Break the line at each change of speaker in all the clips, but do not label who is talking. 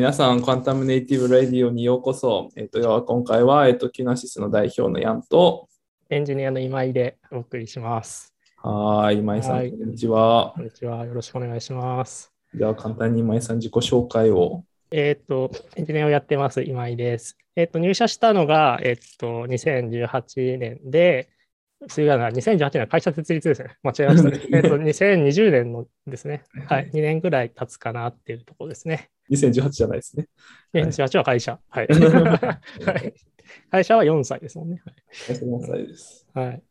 皆さん、簡単ムネイティブ・ラディオにようこそ。えっ、と、今回は、えっ、と、キュナシスの代表のヤンと、
エンジニアの今井でお送りします。
はい、今井さ
は
ん、
い
こんにちは。
こんにちは。よろしくお願いします。
では、簡単に今井さん、自己紹介を。
えっ、と、エンジニアをやってます、今井です。えっ、と、入社したのが、えっ、と、2018年で、すいません、2018年は会社設立ですね。間違えました、ね。えっと、2020年のですね。はい。2年ぐらい経つかなっていうところですね。
2018じゃないですね。
2018は会社。はい。はい会社は4歳ですもんね。
24歳です。
はい。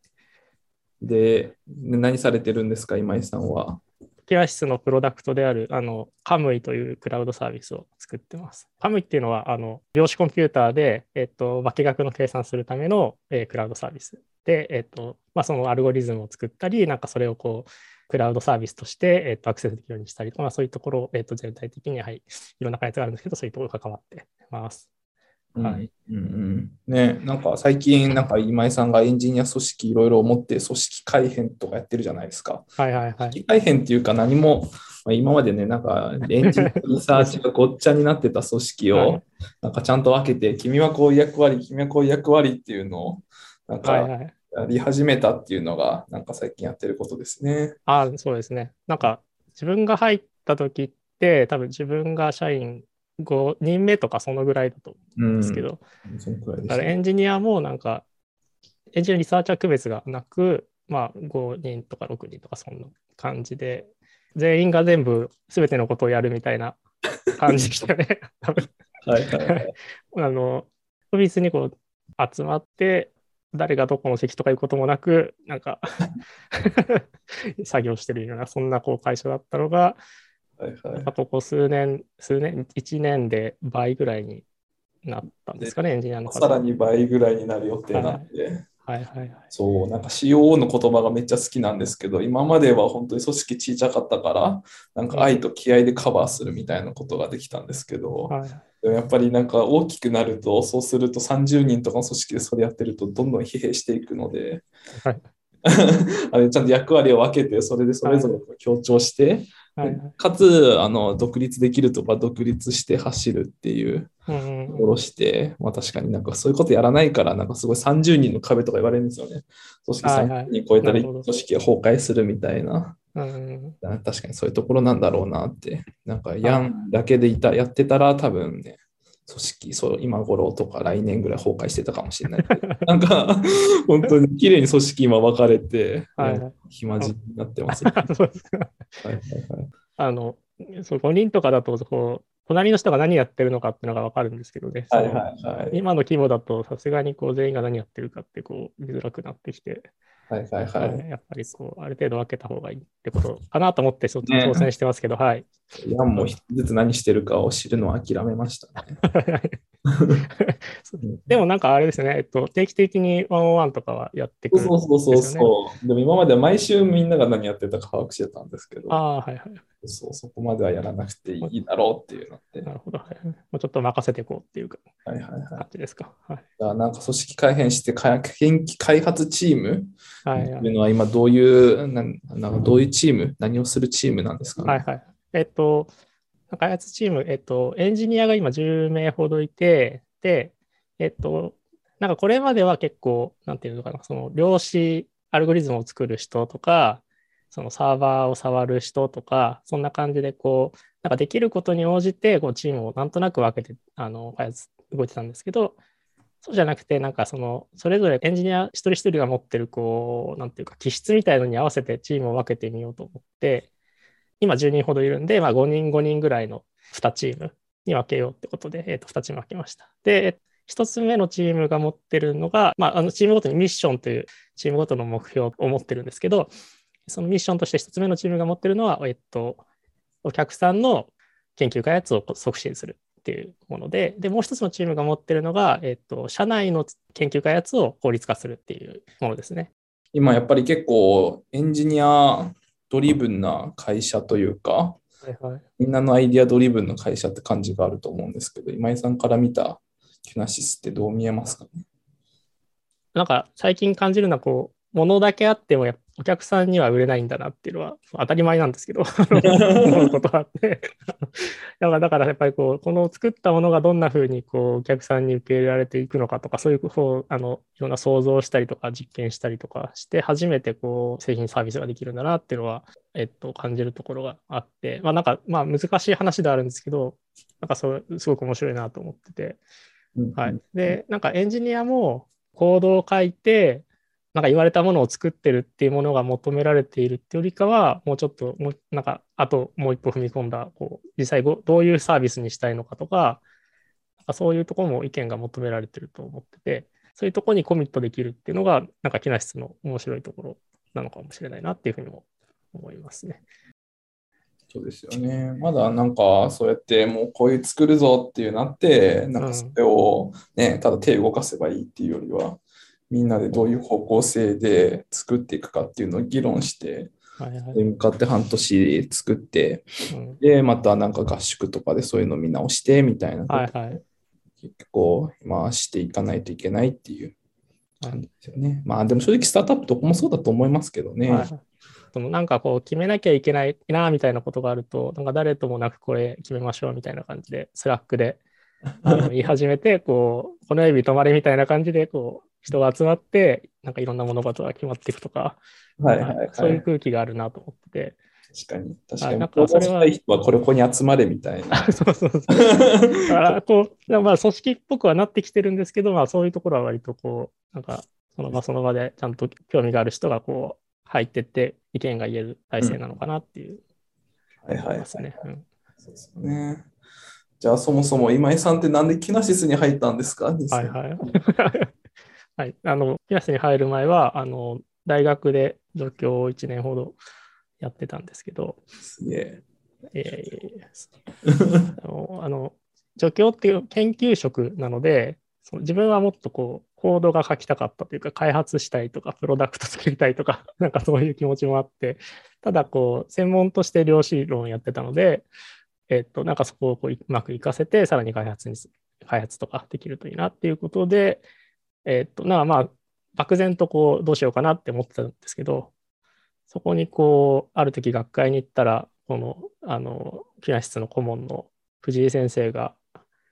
で、何されてるんですか、今井さんは。
キュラシスのプロダクトであるあのカムイというクラウドサービスを作ってます。カムイっていうのはあの量子コンピューターで、えっと、化学の計算するための、えークラウドサービスで、えっとまあ、そのアルゴリズムを作ったり、なんかそれをこうクラウドサービスとして、えっと、アクセスできるようにしたりとか、まあ、そういうところを、えっと、全体的に、はい、いろんな開発があるんですけど、そういうところに関わってます。はい。
うんうんね、なんか最近、なんか今井さんがエンジニア組織いろいろ持って、組織改変とかやってるじゃないですか。
はいはいはい。
機械変っていうか何も、まあ、今までね、なんかエンジンとリサーチがごっちゃになってた組織
は
を
い、
なんかちゃんと分けて、君はこういう役割、君はこういう役割っていうのを、なん
はい
か
はい
やり始めたっていうのが、なんか最近やってることですね。
ああ、そうですね。なんか、自分が入った時って、多分自分が社員5人目とかそのぐらいだと思
う
うん
ん。
ですけど、
そのくらいで
だ
し
からエ
た。
ンジニアもなんか、エンジニアリサーチャー区別がなく、まあ、5人とか6人とかそんな感じで、全員が全部、すべてのことをやるみたいな感じでしたね。多分
はいはいはい。
あの、オフィスにこう集まって、誰がどこの席とかいうこともなく、なんか作業してるような、そんなこう会社だったのが、
はいはい
あとこう数年、数年、1年で倍ぐらいになったんですかね、エンジニアの方
さら
はい
に倍ぐらいになる予定なんで、
はいはい。
そう、なんか COO の言葉がめっちゃ好きなんですけど、今までは本当に組織小さかったから、なんか愛と気合でカバーするみたいなことができたんですけど、
はい、
でもやっぱりなんか大きくなると、そうすると30人とかの組織でそれやってると、どんどん疲弊していくので、
はい
あれちゃんと役割を分けて、それでそれぞれ強調して、
はい
でかつあの独立できるとか独立して走るっていう
うん
と
うん
ころして、まあ、確かになんかそういうことやらないから、なんかすごい30人の壁とか言われるんですよね。組織
はいはい
30人超えたり、
なるほど
組織が崩壊するみたいな。
うん
な確かにそういうところなんだろうなって。なんか、ヤンだけでいた、やってたら多分ね、組織、そう、今頃とか来年ぐらい崩壊してたかもしれ ない。なんか、本当に綺麗に組織今分かれて、
はい
も
は
う暇人になってます。
い、そうですか
はいはいはい
あのそう5人とかだとこう、隣の人が何やってるのかっていうのが分かるんですけどね、
はいはいはい。
今の規模だと、さすがにこう全員が何やってるかってこう見づらくなってきて、
はいはいはい。
やっぱりこうある程度分けた方がいいってことかなと思って、ちょっと
ね
挑戦してますけど、はい。
ヤンも一つずつ何してるかを知るのは諦めま したね。
でもなんかあれですね、えっと、定期的にワンオンワンとかはやってく
そう
る。
そうそうそうそう。でも今までは毎週みんなが何やってたか把握してたんですけど、
ああ、はいはい。
そうそこまではやらなくていいだろうっていうのって。
なるほど。はいもうちょっと任せていこうっていうか
はいはいはい。
感じですか。はい。
だからなんか組織改変して開開発チーム
は
っ
いは
てい
い。
うのは今どういう、なんなんかどういうチーム、何をするチームなんですかね。
はいはい、えっと、開発チーム、えっと、エンジニアが今10名ほどいて、で、えっと、なんかこれまでは結構、なんていうのかな、その量子アルゴリズムを作る人とか、そのサーバーを触る人とか、そんな感じでこう、なんかできることに応じてこうチームをなんとなく分けてあの開発動いてたんですけど、そうじゃなくて、なんかその、それぞれエンジニア一人一人が持ってる、こう、なんていうか、気質みたいのに合わせてチームを分けてみようと思って、今10人ほどいるんで、まあ、5人5人ぐらいの2チームに分けようってことで、えー、と2チーム分けました。で、1つ目のチームが持ってるのが、まあ、あのチームごとにミッションというチームごとの目標を持ってるんですけど、そのミッションとして1つ目のチームが持ってるのは、えっと、お客さんの研究開発を促進するっていうもので、で、もう一つのチームが持ってるのが、えっと、社内の研究開発を効率化するっていうものですね。
今やっぱり結構エンジニアドリブンな会社というか、
はいはい。
みんなのアイディアドリブンの会社って感じがあると思うんですけど、今井さんから見たキュナシスってどう見えますかね。
なんか最近感じるのはこう、ものだけあってもやっぱお客さんには売れないんだなっていうのは当たり前なんですけど、あの思うことがあって。 だから、だからやっぱりこう、この作ったものがどんな風にこう、お客さんに受け入れられていくのかとか、そういうこう、あの、いろんな想像をしたりとか、実験したりとかして、初めてこう、製品サービスができるんだなっていうのは、えっと、感じるところがあって、まあなんか、まあ難しい話ではあるんですけど、なんかそれ、すごく面白いなと思ってて、 はい。で、なんかエンジニアもコードを書いて、なんか言われたものを作ってるっていうものが求められているってよりかは、もうちょっと、もうなんか、あともう一歩踏み込んだ、こう、実際ごどういうサービスにしたいのかとか、なんかそういうところも意見が求められてると思ってて、そういうところにコミットできるっていうのが、なんか、木梨の面白いところなのかもしれないなっていうふうにも思いますね。
そうですよね。まだなんか、そうやってもうこういう作るぞっていうなって、なん
うん
かそれをね、ただ手動かせばいいっていうよりは、みんなでどういう方向性で作っていくかっていうのを議論して、
はいは
そ
い。
れに向かって半年作って、
うん、
で、またなんか合宿とかでそういうの見直してみたいなことを
はいはい。
結構今していかないといけないっていう感じですよね。まあでも正直スタートアップどこもそうだと思いますけどね。
はい、でもなんかこう決めなきゃいけないなみたいなことがあるとなんか誰ともなくこれ決めましょうみたいな感じでスラッ クであの言い始めてこうこの指止まれみたいな感じでこう人が集まってなんかいろんな物事が決まっていくとか、
はいはいはい。
そういう
確
空気があるなと思って
かに。確かに。
なん
こ
か
う
それ
し
は
たい人はこれここに集まれみたい な。
てそうそうそうだからこうまあ組織っぽくはなってきてるんですけど、まあ、そういうところは割とこうなんかその場その場でちゃんと興味がある人がこう入ってって意見が言える体制なのかなっていう
はいはい、
思
は
いま
い。
す
そう
ね。うん
ですよね。じゃあそもそも今井さんってなんでキナシスに入ったんですか
はいはい。 はい、あの、ピアスに入る前は、あの、大学で助教を1年ほどやってたんですけど、
すげえ。
えーあの、あの助教っていう研究職なので、その自分はもっとこう、コードが書きたかったというか、開発したいとか、プロダクト作りたいとか、なんかそういう気持ちもあって、ただこう、専門として量子論やってたので、えっと、なんかそこをこううまく活かせて、さらに開発にす、開発とかできるといいなっていうことで、えっと、なあまあ、漠然とこう、どうしようかなって思ってたんですけど、そこにこう、ある時学会に行ったら、この、あの、機内室の顧問の藤井先生が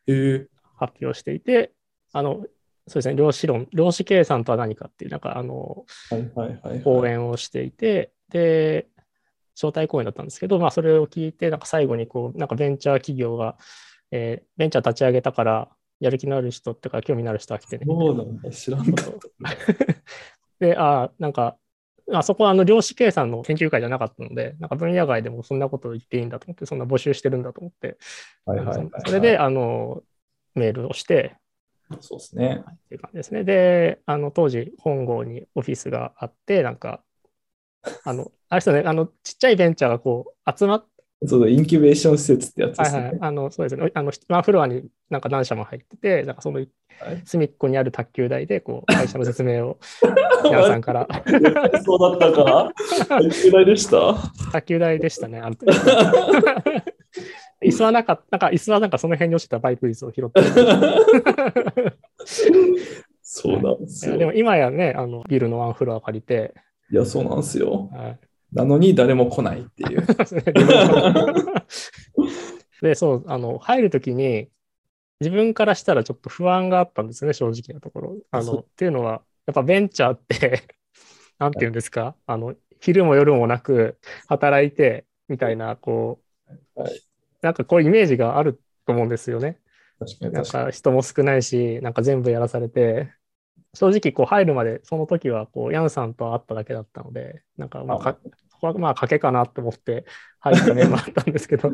えー、
発表していて、あの、そうですね、量子論、量子計算とは何かっていう、なんか、あの、
はいはいはい、はい。
講演をしていて、で、招待講演だったんですけど、まあ、それを聞いて、なんか最後にこう、なんかベンチャー企業が、えーベンチャー立ち上げたから、やる気のある人っていうか、興味のある人が来てね。
そうなんだ。知らんかった。
で、ああ、なんか、あそこはあの量子計算の研究会じゃなかったので、なんか分野外でもそんなこと言っていいんだと思って、そんな募集してるんだと思って、
はいはいはい、はい。
それで、、あの、メールをして、
そうですね。
っていう感じですね。で、あの当時、本郷にオフィスがあって、なんか、あの、あれですよね、あの、ちっちゃいベンチャーがこう、集まっ
そうだ、インキュベーション施設ってやつで
はい
すね。
はい、あのそうですね、あのワンフロアになんか何社も入ってて、なんかその
はい
隅っこにある卓球台でこう会社の説 明を皆さんから、
そうだったか宿題で した
卓球台でしたね、あの 椅子はなかった、なんか椅子はなんかその辺に落ちたバイク椅子を拾って、
そうなんです
いや
よ。
でも今やね、あのビルのワンフロア借りて、
いや、そうなんですよ。
はい
なのに誰も来ないっていう。
で、そう、あの、入るときに、自分からしたらちょっと不安があったんですね、正直なところ。あ
そう
の、っていうのは、やっぱベンチャーって、 なんていうんですか、あの、昼も夜もなく働いて、みたいな、こう、
はい
なんかこうイメージがあると思うんですよね。
確かに
なん
確か
か人も少ないし、なんか全部やらされて、正直こう入るまで、その時はこう、ヤンさんと会っただけだったので、なんかま
あ
あか、ここはまあ賭けかなと思って入った面もあったんです けど、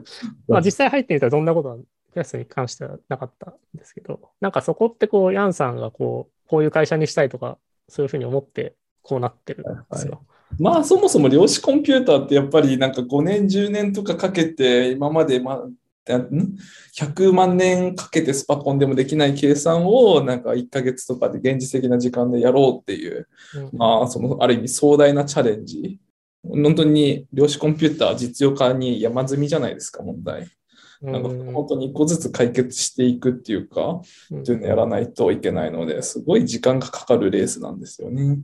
まあ実際入ってみたらどんなことは、クラスに関してはなかったんですけど、なんかそこってこう、ヤンさんがこう、こういう会社にしたいとか、そういうふうに思って、こうなってるんですよ。
に。まあ、そもそも量子コンピューターってやっぱりなんか5年、10年とかかけて、今まで、まあ、あん100万年かけてスパコンでもできない計算をなんか1ヶ月とかで現実的な時間でやろうっていう
うん
まあ、そのある意味壮大なチャレンジ。本当に量子コンピューター実用化に山積みじゃないですか、問題。なんか
うん
本当に一個ずつ解決していくっていうか、
うん
っていうのをやらないといけないので、すごい時間がかかるレースなんですよね。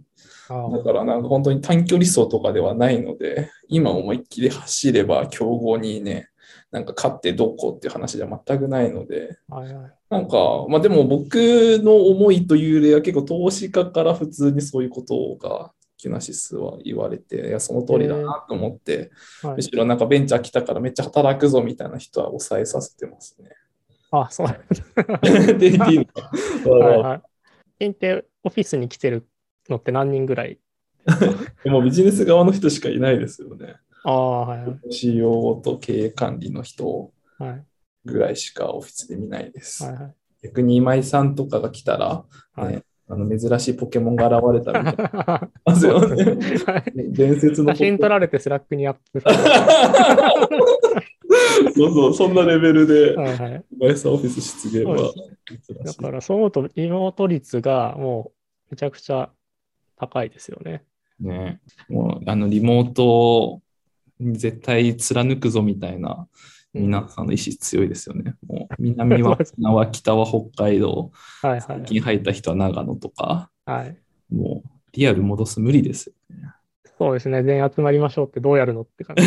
あ
だからなんか本当に短距離走とかではないので、今思いっきり走れば強豪にね、なんか勝ってどうこうっていう話じゃ全くないので、
あはいはい
なんか、まあでも僕の思いというよりは結構投資家から普通にそういうことが、キュナシスは言われて、いや、その通りだなと思って、
はい
むしろなんかベンチャー来たからめっちゃ働くぞみたいな人は抑えさせてます ね。
あ、 そう。は
で、いいの
いはい。限定オフィスに来てるのって何人ぐらい
でもビジネス側の人しかいないですよね。
ああ、はいはい。
CEO と経営管理の人
はい
ぐらいしかオフィスで見ないです。
はいはい
逆に今井さんとかが来たら、
はい
ねあの珍しいポケモンが現れたみたいな
は
ますよね。
い。
伝説の
写
ポケモン
真撮られてスラックにアッ プ。
そうそう、そんなレベルで、
は いはい。
今井さんオフィス出現は
だ
珍
か
しい。
ら、そう思うと、リモート率がもう、めちゃくちゃ高いですよね。
ね、もうあのリモートに絶対貫くぞみたいな皆さんの意志強いですよね。もう南は沖縄、北は北海道、
はいは
最
い。
近入った人は長野とか、
はい。
もうリアル戻す無理ですよね。
そうですね。全員集まりましょうってどうやるのって感じ。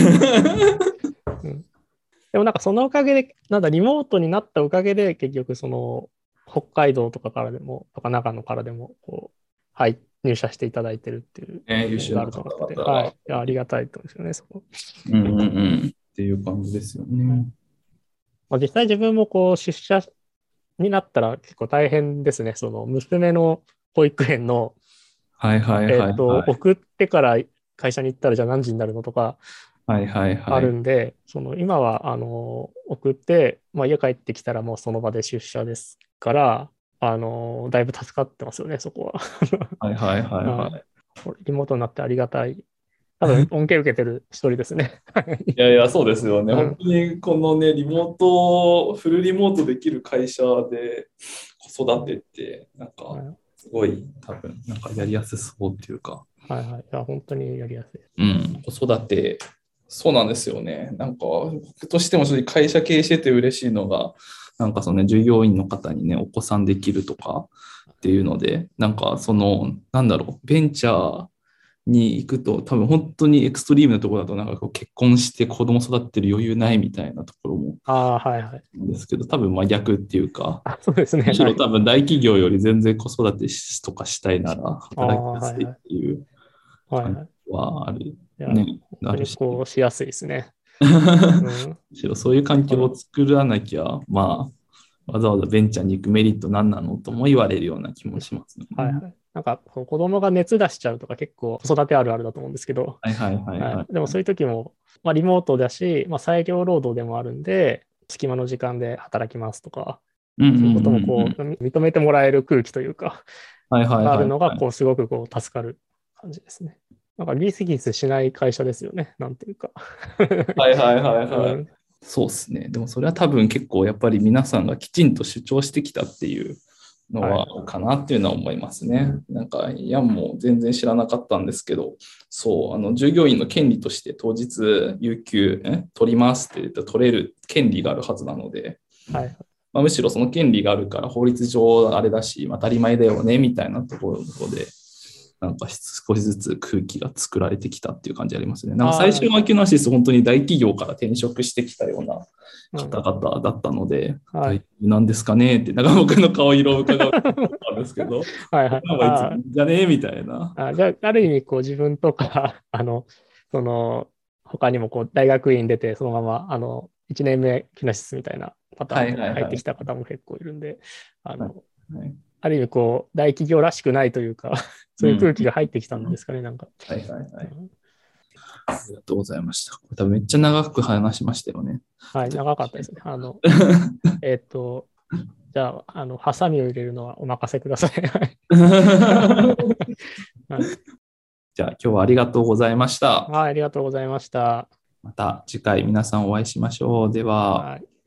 でもなんかそのおかげで、なんだ、リモートになったおかげで、結局その、北海道とかからでも、とか長野からでも、こう、はい、入社していただいてるっていう
ね優秀
のがあ
な
ると
方
思って、
々
はい。い
は。
やありがたいと思うんですよね、そこ。
うんうんうん。っていう感じですよね。
まあ、実際自分もこう、出社になったら結構大変ですね。その、娘の保育園の、
はいはいはい、
え
はい。
っと、送ってから会社に行ったら、じゃあ何時になるのとか、
はいはいは
あ
い
る。んで、その今はあの送って、まあ、家帰ってきたらもうその場で出社ですから、あのだいぶ助かってますよね、そこは。
はいはいはいは い。
リモートになってありがたい。多分恩恵受けてる一人ですね。
いやいや、そうですよね。
うん
本当にこのね、リモート、フルリモートできる会社で子育てって、なん
は
か
い
すごい多分、なんかやりやすそうっていうか、
はいはい。いや、本当にやりやすい。
うん、子育て、そうなんですよね。なんか、僕としても正直会社経営してて嬉しいのが、なんかそのね、従業員の方にね、お子さんできるとかっていうので、なんかその、なんだろう、ベンチャー、に行くと多分本当にエクストリームなところだとなんかこう結婚して子供育ってる余裕ないみたいなところも
ああー、はいはい。
ですけど、多分真逆っていうか、
あそうですね。
むし
は
ろ
い
多分大企業より全然子育てしとかしたいなら、働きやすいっていう
はいはい。
のはある。
いや、
ね、あ
本当
る
に
し、
こうしやすいですね。
む
うん
しろそういう環境を作らなきゃ、まあ、わざわざベンチャーに行くメリット何なのとも言われるような気もしますね。
はいはい。なんかこう子供が熱出しちゃうとか結構子育てあるあるだと思うんですけど、
はいはいはいはい。
はい、でもそういう時も、まあ、リモートだし、まあ、裁量労働でもあるんで、隙間の時間で働きますとか、
うん
そうういうこ
ん
と
うん
もこう、認めてもらえる空気というか、
はいはいはい
あるのが、こう、すごくこう、助かる感じですね。なんか、ギスギスしない会社ですよね、なんていうか。
はいはいはいは
う
い。
ん
そうですね。でもそれは多分結構やっぱり皆さんがきちんと主張してきたっていうのはあるかなっていうのは思いますね。なんか、いやもう全然知らなかったんですけど、そう、あの従業員の権利として当日、有給、え取りますって言ったら取れる権利があるはずなので、
はい、
まあ、むしろその権利があるから法律上あれだし、まあ当たり前だよねみたいなところで、なんか少しずつ空気が作られてきたっていう感じありますね。なんか最初はキュナシス、本当に大企業から転職してきたような
うん
方々だったので、
はい、
なんですかねって、なんか僕の顔色を伺うことがあるんですけ ど、
はい、はい
なんかいつじゃねえみたいな。
ああじゃあ、ある意味、こう、自分とか、 あの、その、他にも、こう、大学院出て、そのまま、あの、1年目、キナシスみたいなパターンで
はいはいはい
入ってきた方も結構いるんで、あ
は
の、
はい
ある意味こう、大企業らしくないというか、 そういう空気が入ってきたんですかね、なんか。
はいはいはい。ありがとうございました。これ多分めっちゃ長く話しましたよ ね。
はい、長かったですね。あの、えっと、じゃあ、あの、ハサミを入れるのはお任せください。 はい
じゃあ今日はありがとうございました。
はい、ありがとうございました。
また次回皆さんお会いしましょう。では。
はい。